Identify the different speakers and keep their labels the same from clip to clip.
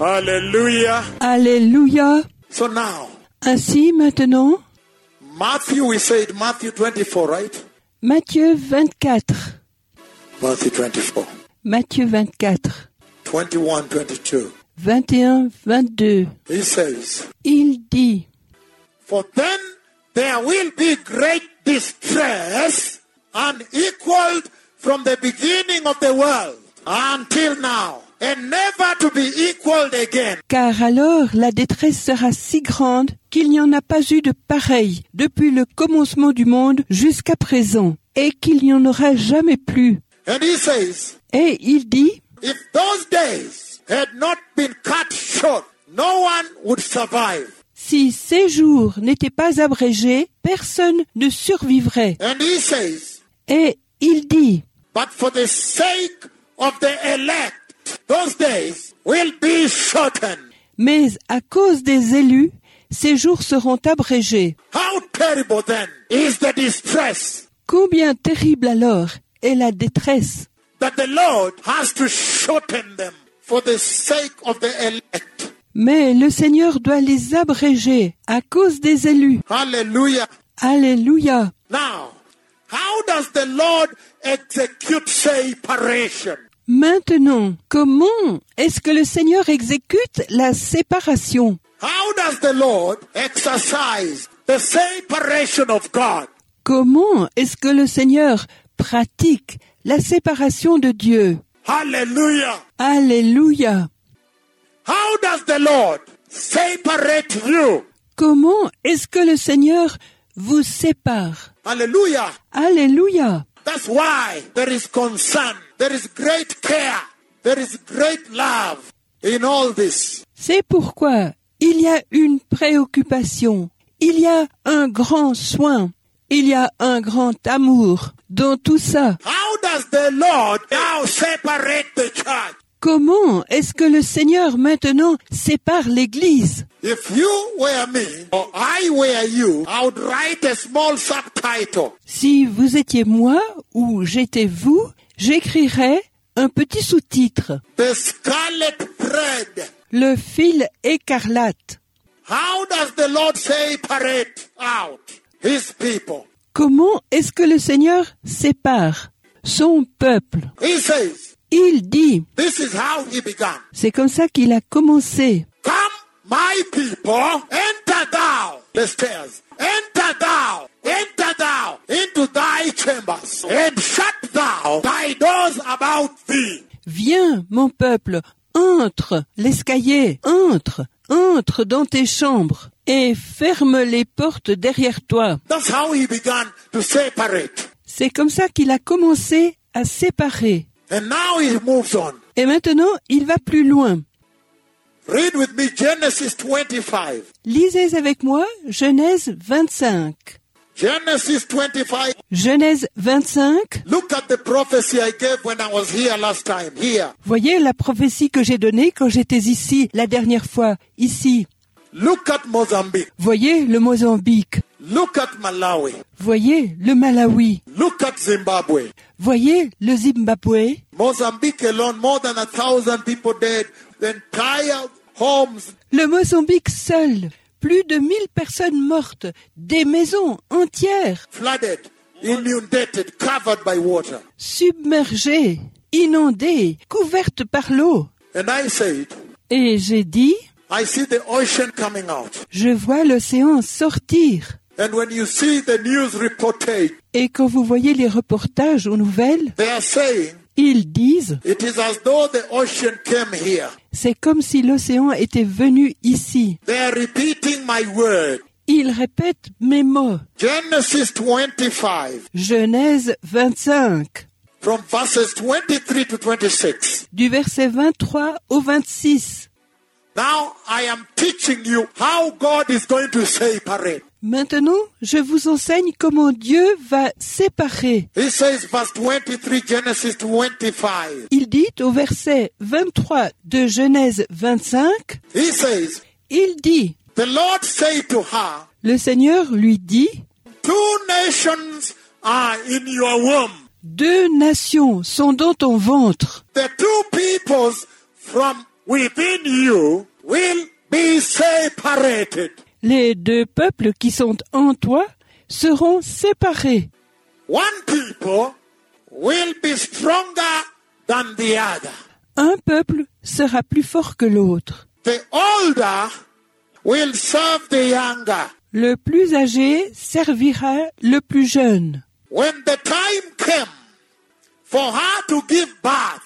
Speaker 1: Hallelujah.
Speaker 2: Alléluia.
Speaker 1: So now,
Speaker 2: Ainsi maintenant,
Speaker 1: Matthew, we said Matthew 24, right?
Speaker 2: Matthieu 24.
Speaker 1: Matthew 24,
Speaker 2: Matthieu 24.
Speaker 1: 21, 22.
Speaker 2: 21, 22.
Speaker 1: He says,
Speaker 2: Il dit,
Speaker 1: For then there will be great distress, unequaled from the beginning of the world until now, and never to be equaled again.
Speaker 2: car alors la détresse sera si grande qu'il n'y en a pas eu de pareille depuis le commencement du monde jusqu'à présent, et qu'il n'y en aura jamais plus.
Speaker 1: And he says,
Speaker 2: Et il dit,
Speaker 1: If those days had not been cut short, no one would survive.
Speaker 2: si ces jours n'étaient pas abrégés, personne ne survivrait.
Speaker 1: And he says,
Speaker 2: Et il dit,
Speaker 1: But for the sake of the elect, those days will be shortened.
Speaker 2: mais à cause des élus, ces jours seront abrégés.
Speaker 1: How terrible then is the distress
Speaker 2: Combien terrible alors est la détresse
Speaker 1: that the Lord has to shorten them for the sake of the elect.
Speaker 2: Mais le Seigneur doit les abréger à cause des élus.
Speaker 1: Hallelujah.
Speaker 2: Alléluia.
Speaker 1: Now, how does the Lord execute separation?
Speaker 2: Maintenant, comment est-ce que le Seigneur exécute la séparation
Speaker 1: How does the Lord exercise the separation of God?
Speaker 2: Comment est-ce que le Seigneur pratique la séparation de Dieu
Speaker 1: Hallelujah.
Speaker 2: Alléluia.
Speaker 1: How does the Lord separate you?
Speaker 2: Comment est-ce que le Seigneur vous sépare
Speaker 1: Hallelujah.
Speaker 2: Alléluia.
Speaker 1: That's why there is concern, there is great care, there is great love in all this.
Speaker 2: C'est pourquoi il y a une préoccupation, il y a un grand soin, il y a un grand amour dans tout ça.
Speaker 1: How does the Lord now separate the church?
Speaker 2: Comment est-ce que le Seigneur maintenant sépare l'Église
Speaker 1: If you were me or I were you, I would write a small subtitle.
Speaker 2: Si vous étiez moi ou j'étais vous, j'écrirais un petit sous-titre,
Speaker 1: The scarlet thread.
Speaker 2: le fil écarlate.
Speaker 1: How does the Lord separate out his people?
Speaker 2: Comment est-ce que le Seigneur sépare son peuple
Speaker 1: He says,
Speaker 2: Il dit,
Speaker 1: this is how he began.
Speaker 2: c'est comme ça qu'il a commencé.
Speaker 1: Come, my people, enter thou the stairs, enter thou, enter thou into thy chambers, and shut thou thy doors about thee.
Speaker 2: Viens, mon peuple, entre l'escalier, entre, entre dans tes chambres et ferme les portes derrière toi.
Speaker 1: That's how he began to separate.
Speaker 2: C'est comme ça qu'il a commencé à séparer.
Speaker 1: And now he moves on.
Speaker 2: Et maintenant, il va plus loin.
Speaker 1: Read with me Genesis 25.
Speaker 2: Lisez avec moi Genèse 25.
Speaker 1: Genesis 25.
Speaker 2: Genèse 25,
Speaker 1: Look at the prophecy I gave when I was here last time. Here.
Speaker 2: voyez la prophétie que j'ai donnée quand j'étais ici la dernière fois, ici.
Speaker 1: Look at Mozambique.
Speaker 2: Voyez le Mozambique,
Speaker 1: Look at Malawi.
Speaker 2: voyez le Malawi,
Speaker 1: Look at Zimbabwe.
Speaker 2: voyez le Zimbabwe,
Speaker 1: Mozambique alone, more than a thousand people dead. The entire homes.
Speaker 2: le Mozambique seul, plus de 1000 personnes mortes, des maisons entières
Speaker 1: flooded, inundated, covered by water.
Speaker 2: submergées, inondées, couvertes par l'eau.
Speaker 1: And I said,
Speaker 2: Et j'ai dit,
Speaker 1: I see the ocean coming out.
Speaker 2: je vois l'océan sortir.
Speaker 1: And when you see the news reportage,
Speaker 2: Et quand vous voyez les reportages aux nouvelles,
Speaker 1: they are saying
Speaker 2: ils disent
Speaker 1: it is as though the ocean came here.
Speaker 2: c'est comme si l'océan était venu ici.
Speaker 1: They are repeating my word.
Speaker 2: Ils répètent mes mots.
Speaker 1: Genesis 25,
Speaker 2: Genèse 25,
Speaker 1: from verses 23 to 26.
Speaker 2: du verset 23 au 26.
Speaker 1: Now I am teaching you how God is going to separate.
Speaker 2: Maintenant, je vous enseigne comment Dieu va séparer.
Speaker 1: He says, verse 23, Genesis 25.
Speaker 2: Il dit au verset 23 de Genèse 25,
Speaker 1: He says,
Speaker 2: il dit,
Speaker 1: The Lord said to her,
Speaker 2: le Seigneur lui dit,
Speaker 1: Two nations are in your womb.
Speaker 2: deux nations sont dans ton ventre.
Speaker 1: The two peoples from within you will be separated.
Speaker 2: Les deux peuples qui sont en toi seront séparés.
Speaker 1: One people will be stronger than the other.
Speaker 2: Un peuple sera plus fort que l'autre.
Speaker 1: The older will serve the younger.
Speaker 2: Le plus âgé servira le plus jeune.
Speaker 1: When the time came for her to give birth,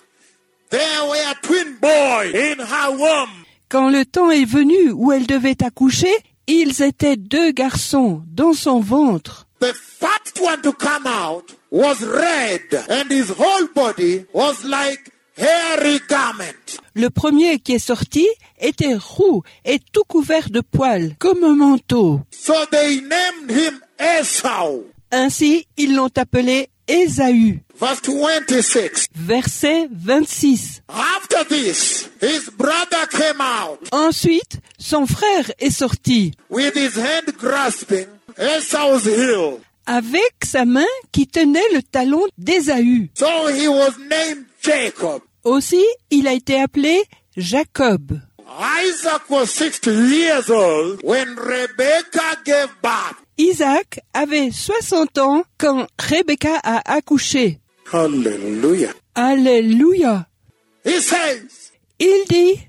Speaker 1: there were twin boys in her womb.
Speaker 2: Quand le temps est venu où elle devait accoucher, ils étaient deux garçons dans son ventre.
Speaker 1: The first one to come out was red, and his whole body was like hairy garment.
Speaker 2: Le premier qui est sorti était roux et tout couvert de poils, comme un manteau.
Speaker 1: So they named him Esau.
Speaker 2: Ainsi, ils l'ont appelé Ésaü.
Speaker 1: Verse 26.
Speaker 2: Verset 26.
Speaker 1: After this, his brother came out
Speaker 2: Ensuite, son frère est sorti,
Speaker 1: with his hand grasping Esau's heel.
Speaker 2: avec sa main qui tenait le talon d'Ésaü.
Speaker 1: So he was named Jacob.
Speaker 2: Aussi, il a été appelé Jacob.
Speaker 1: Isaac was 60 years old when Rebekah gave birth.
Speaker 2: Isaac avait 60 ans quand Rebecca a accouché.
Speaker 1: Hallelujah.
Speaker 2: Alléluia.
Speaker 1: He says
Speaker 2: Il dit,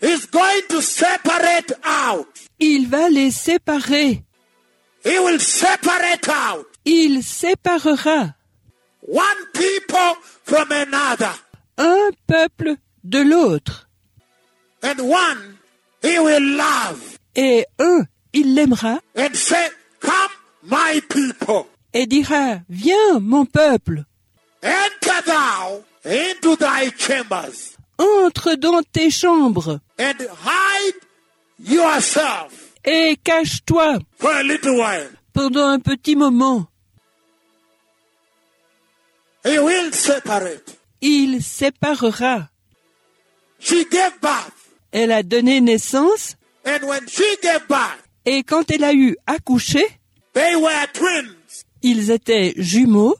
Speaker 1: he's going to separate out.
Speaker 2: il va les séparer.
Speaker 1: He will separate out
Speaker 2: Il séparera
Speaker 1: one people from another.
Speaker 2: un peuple de l'autre.
Speaker 1: And one he will love
Speaker 2: Et un, il l'aimera
Speaker 1: and say, Come, my people,
Speaker 2: et dira, viens mon peuple,
Speaker 1: enter thou into thy chambers
Speaker 2: entre dans tes chambres
Speaker 1: and hide yourself
Speaker 2: et cache-toi
Speaker 1: for a little while.
Speaker 2: pendant un petit moment.
Speaker 1: He will separate.
Speaker 2: Il séparera.
Speaker 1: She gave birth.
Speaker 2: Elle a donné naissance
Speaker 1: And when she gave birth,
Speaker 2: et quand elle a eu accouché,
Speaker 1: they were twins.
Speaker 2: ils étaient jumeaux.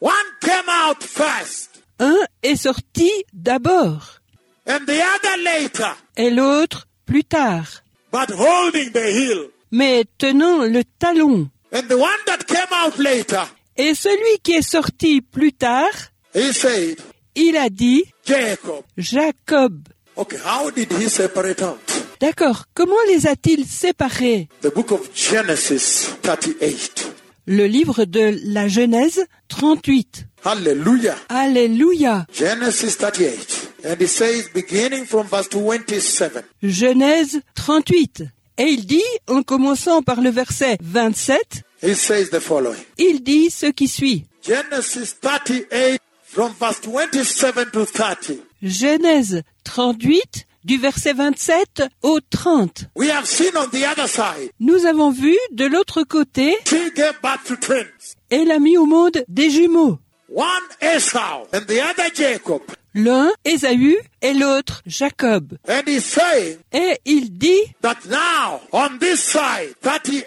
Speaker 1: One came out first,
Speaker 2: Un est sorti d'abord
Speaker 1: and the other later,
Speaker 2: et l'autre plus tard,
Speaker 1: but holding the heel.
Speaker 2: mais tenant le talon.
Speaker 1: And the one that came out later,
Speaker 2: Et celui qui est sorti plus tard,
Speaker 1: he said,
Speaker 2: il a dit
Speaker 1: Jacob.
Speaker 2: Jacob.
Speaker 1: Okay, how did he separate out?
Speaker 2: D'accord, comment les a-t-il séparés
Speaker 1: The book of Genesis 38.
Speaker 2: Le livre de la Genèse 38.
Speaker 1: Hallelujah.
Speaker 2: Alléluia.
Speaker 1: Genesis 38. And it says, beginning from verse 27.
Speaker 2: Genèse 38. Et il dit, en commençant par le verset 27,
Speaker 1: It says the following.
Speaker 2: il dit ce qui suit.
Speaker 1: Genesis 38 from verse 27 to 30.
Speaker 2: Genèse 38, du verset 27 au 30.
Speaker 1: We have seen on the other side.
Speaker 2: Nous avons vu de l'autre côté,
Speaker 1: She gave birth to twins.
Speaker 2: elle a mis au monde des jumeaux.
Speaker 1: One Esau and the other Jacob.
Speaker 2: L'un, Ésaü, et l'autre, Jacob.
Speaker 1: And he's saying
Speaker 2: Et il dit
Speaker 1: that now on this side,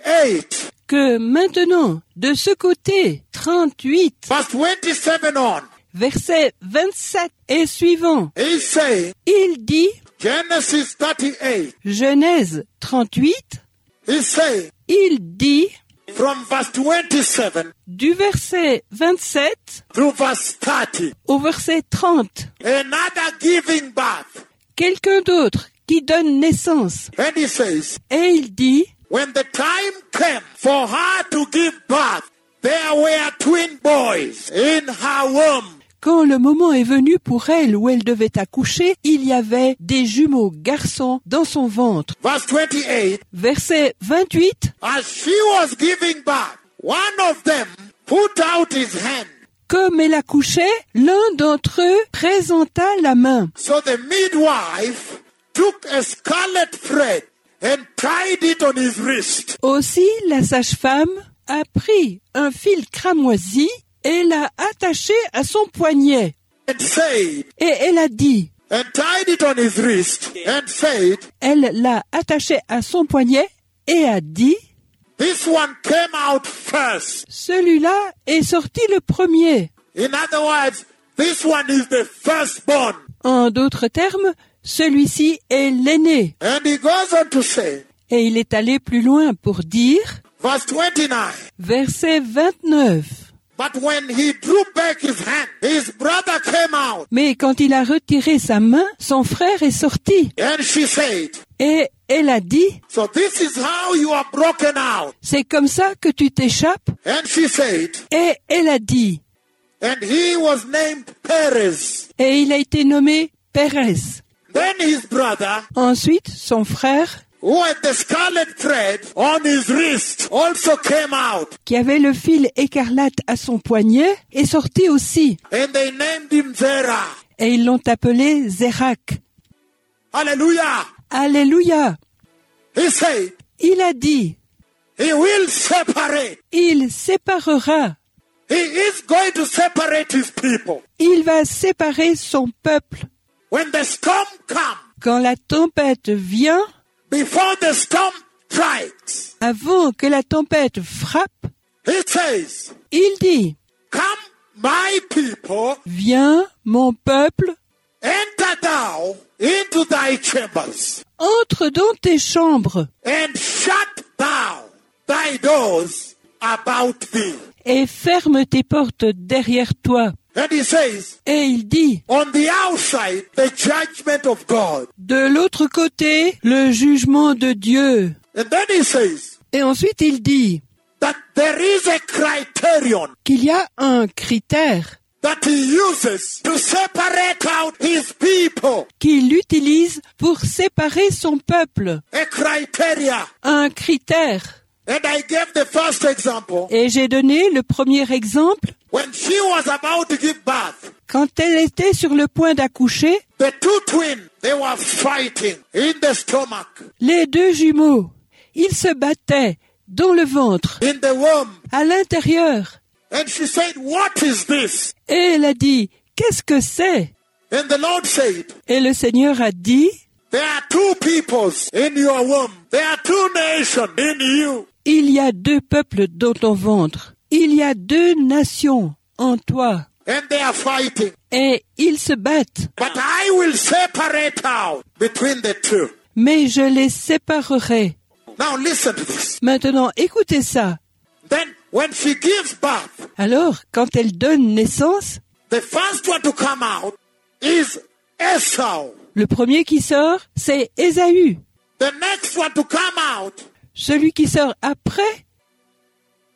Speaker 1: 38,
Speaker 2: que maintenant, de ce côté, 38,
Speaker 1: verse 27 on,
Speaker 2: verset 27 et suivant,
Speaker 1: he's saying
Speaker 2: il dit,
Speaker 1: Genesis 38,
Speaker 2: Genèse 38,
Speaker 1: he's saying
Speaker 2: il dit,
Speaker 1: from verse 27
Speaker 2: du verset 27
Speaker 1: to verse 30,
Speaker 2: au verset 30,
Speaker 1: another giving birth.
Speaker 2: quelqu'un d'autre qui donne naissance.
Speaker 1: And he says,
Speaker 2: Et il dit,
Speaker 1: When the time came for her to give birth, there were twin boys in her womb.
Speaker 2: quand le moment est venu pour elle où elle devait accoucher, il y avait des jumeaux garçons dans son ventre.
Speaker 1: Verse 28
Speaker 2: Verset 28,
Speaker 1: As she was giving birth, one of them put out his hand.
Speaker 2: comme elle accouchait, l'un d'entre eux présenta la main.
Speaker 1: So the midwife took a scarlet thread and tied it on his wrist.
Speaker 2: Aussi, la sage-femme a pris un fil cramoisi et l'a attaché à son poignet.
Speaker 1: and said,
Speaker 2: Et elle a dit,
Speaker 1: and tied it on his wrist, and said,
Speaker 2: elle l'a attaché à son poignet et a dit,
Speaker 1: This one came out first.
Speaker 2: celui-là est sorti le premier.
Speaker 1: In other words, this one is the firstborn.
Speaker 2: En d'autres termes, Celui-ci est l'aîné.
Speaker 1: And he goes on to say,
Speaker 2: Et il est allé plus loin pour dire,
Speaker 1: verse 29,
Speaker 2: verset 29.
Speaker 1: but when he drew back his hand, his brother came out,
Speaker 2: Mais quand il a retiré sa main, son frère est sorti.
Speaker 1: and she said,
Speaker 2: Et elle a dit,
Speaker 1: So this is how you are broken out.
Speaker 2: c'est comme ça que tu t'échappes.
Speaker 1: And she said,
Speaker 2: Et elle a dit,
Speaker 1: And he was named Perez.
Speaker 2: et il a été nommé Pérez.
Speaker 1: Then his brother,
Speaker 2: Ensuite, son frère,
Speaker 1: who had the scarlet thread on his wrist, also came out,
Speaker 2: qui avait le fil écarlate à son poignet, est sorti aussi.
Speaker 1: and they named him Zerah.
Speaker 2: Et ils l'ont appelé Zérak.
Speaker 1: Hallelujah.
Speaker 2: Alléluia.
Speaker 1: He said,
Speaker 2: Il a dit,
Speaker 1: He will separate.
Speaker 2: il séparera.
Speaker 1: He is going to separate his people.
Speaker 2: Il va séparer son peuple.
Speaker 1: When the storm comes,
Speaker 2: Quand la tempête vient,
Speaker 1: before the storm strikes,
Speaker 2: avant que la tempête frappe,
Speaker 1: he says,
Speaker 2: il dit,
Speaker 1: Come, my people,
Speaker 2: viens, mon peuple,
Speaker 1: enter thou into thy chambers.
Speaker 2: entre dans tes chambres
Speaker 1: and shut thou thy doors about thee.
Speaker 2: et ferme tes portes derrière toi.
Speaker 1: And he says,
Speaker 2: Et il dit,
Speaker 1: on the outside, the judgment of God.
Speaker 2: de l'autre côté, le jugement de Dieu.
Speaker 1: And then he says
Speaker 2: Et ensuite il dit
Speaker 1: that there is a criterion
Speaker 2: qu'il y a un critère
Speaker 1: that he uses to separate out his people.
Speaker 2: qu'il utilise pour séparer son peuple.
Speaker 1: A criteria.
Speaker 2: Un critère.
Speaker 1: And I gave the first example.
Speaker 2: Et j'ai donné le premier exemple.
Speaker 1: When she was about to give birth,
Speaker 2: Quand elle était sur le point d'accoucher,
Speaker 1: the two twins, they were fighting in the stomach,
Speaker 2: les deux jumeaux, ils se battaient dans le ventre,
Speaker 1: in the womb.
Speaker 2: à l'intérieur.
Speaker 1: And she said, what is this?
Speaker 2: Et elle a dit, qu'est-ce que c'est
Speaker 1: And the Lord said,
Speaker 2: Et le Seigneur a dit,
Speaker 1: There are two peoples in your womb. There are two nations in you.
Speaker 2: il y a deux peuples dans ton ventre, il y a deux nations en toi,
Speaker 1: And they are fighting.
Speaker 2: et ils se battent.
Speaker 1: But I will separate out between the two.
Speaker 2: mais je les séparerai.
Speaker 1: Now listen to this.
Speaker 2: Maintenant, écoutez ça.
Speaker 1: Then when she gives birth,
Speaker 2: Alors, quand elle donne naissance,
Speaker 1: the first one to come out is Esau.
Speaker 2: le premier qui sort, c'est Ésaü.
Speaker 1: The next one to come out
Speaker 2: Celui qui sort après,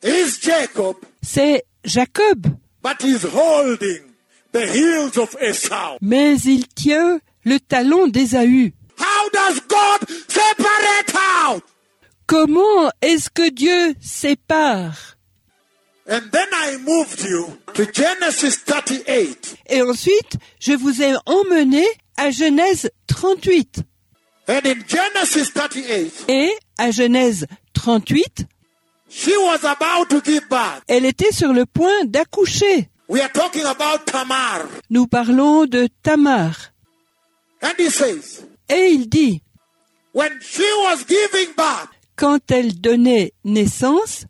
Speaker 1: is Jacob,
Speaker 2: c'est Jacob.
Speaker 1: but he's holding the heels of Esau.
Speaker 2: Mais il tient le talon d'Ésaü.
Speaker 1: How does God separate out?
Speaker 2: Comment est-ce que Dieu sépare
Speaker 1: And then I moved you to Genesis 38.
Speaker 2: Et ensuite, je vous ai emmené à Genèse 38.
Speaker 1: And in Genesis 38,
Speaker 2: Et à Genèse 38,
Speaker 1: she was about to give birth.
Speaker 2: elle était sur le point d'accoucher.
Speaker 1: We are talking about Tamar.
Speaker 2: Nous parlons de Tamar.
Speaker 1: And he says,
Speaker 2: Et il dit,
Speaker 1: when she was giving birth,
Speaker 2: quand elle donnait naissance,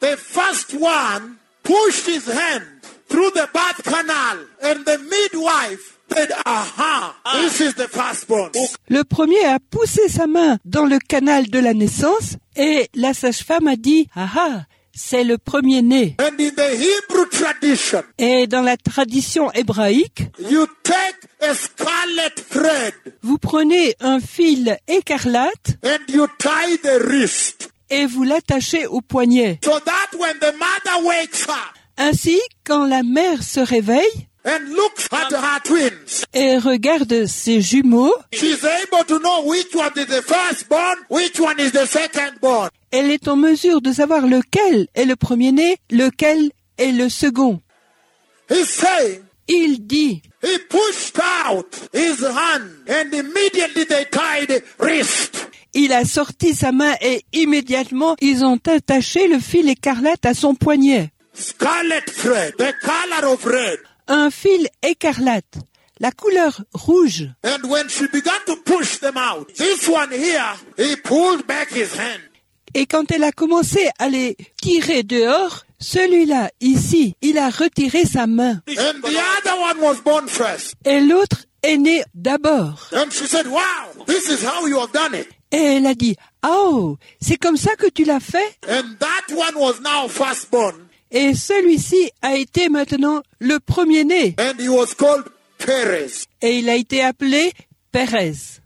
Speaker 1: the first one pushed his hand through the birth canal. And the midwife said, aha, this is the firstborn.
Speaker 2: le premier a poussé sa main dans le canal de la naissance et la sage-femme a dit, ah ah, c'est le premier-né.
Speaker 1: And in the Hebrew tradition,
Speaker 2: Et dans la tradition hébraïque,
Speaker 1: you take a scarlet thread
Speaker 2: vous prenez un fil écarlate
Speaker 1: and you tie the wrist
Speaker 2: et vous l'attachez au poignet.
Speaker 1: so that when the mother wakes up
Speaker 2: Ainsi, quand la mère se réveille
Speaker 1: and looks at her twins,
Speaker 2: et regarde ses jumeaux,
Speaker 1: She's able to know which one is the firstborn, which one is the secondborn.
Speaker 2: elle est en mesure de savoir lequel est le premier-né, lequel est le second.
Speaker 1: He's saying
Speaker 2: Il dit,
Speaker 1: he pushed out his hand and immediately they tied the wrist.
Speaker 2: Il a sorti sa main et immédiatement ils ont attaché le fil écarlate à son poignet.
Speaker 1: Scarlet thread, the color of red.
Speaker 2: Un fil écarlate, la couleur rouge.
Speaker 1: And when she began to push them out, this one here, he pulled back his hand.
Speaker 2: Et quand elle a commencé à les tirer dehors, celui-là, ici, il a retiré sa main.
Speaker 1: And the other one was born first.
Speaker 2: Et l'autre est né d'abord.
Speaker 1: And she said, Wow, this is how you have done it.
Speaker 2: Et elle a dit, Ah, oh, c'est comme ça que tu l'as fait
Speaker 1: And that one was now firstborn,
Speaker 2: Et celui-ci a été maintenant le premier-né.
Speaker 1: and he was called Perez.
Speaker 2: Et il a été appelé Pérez.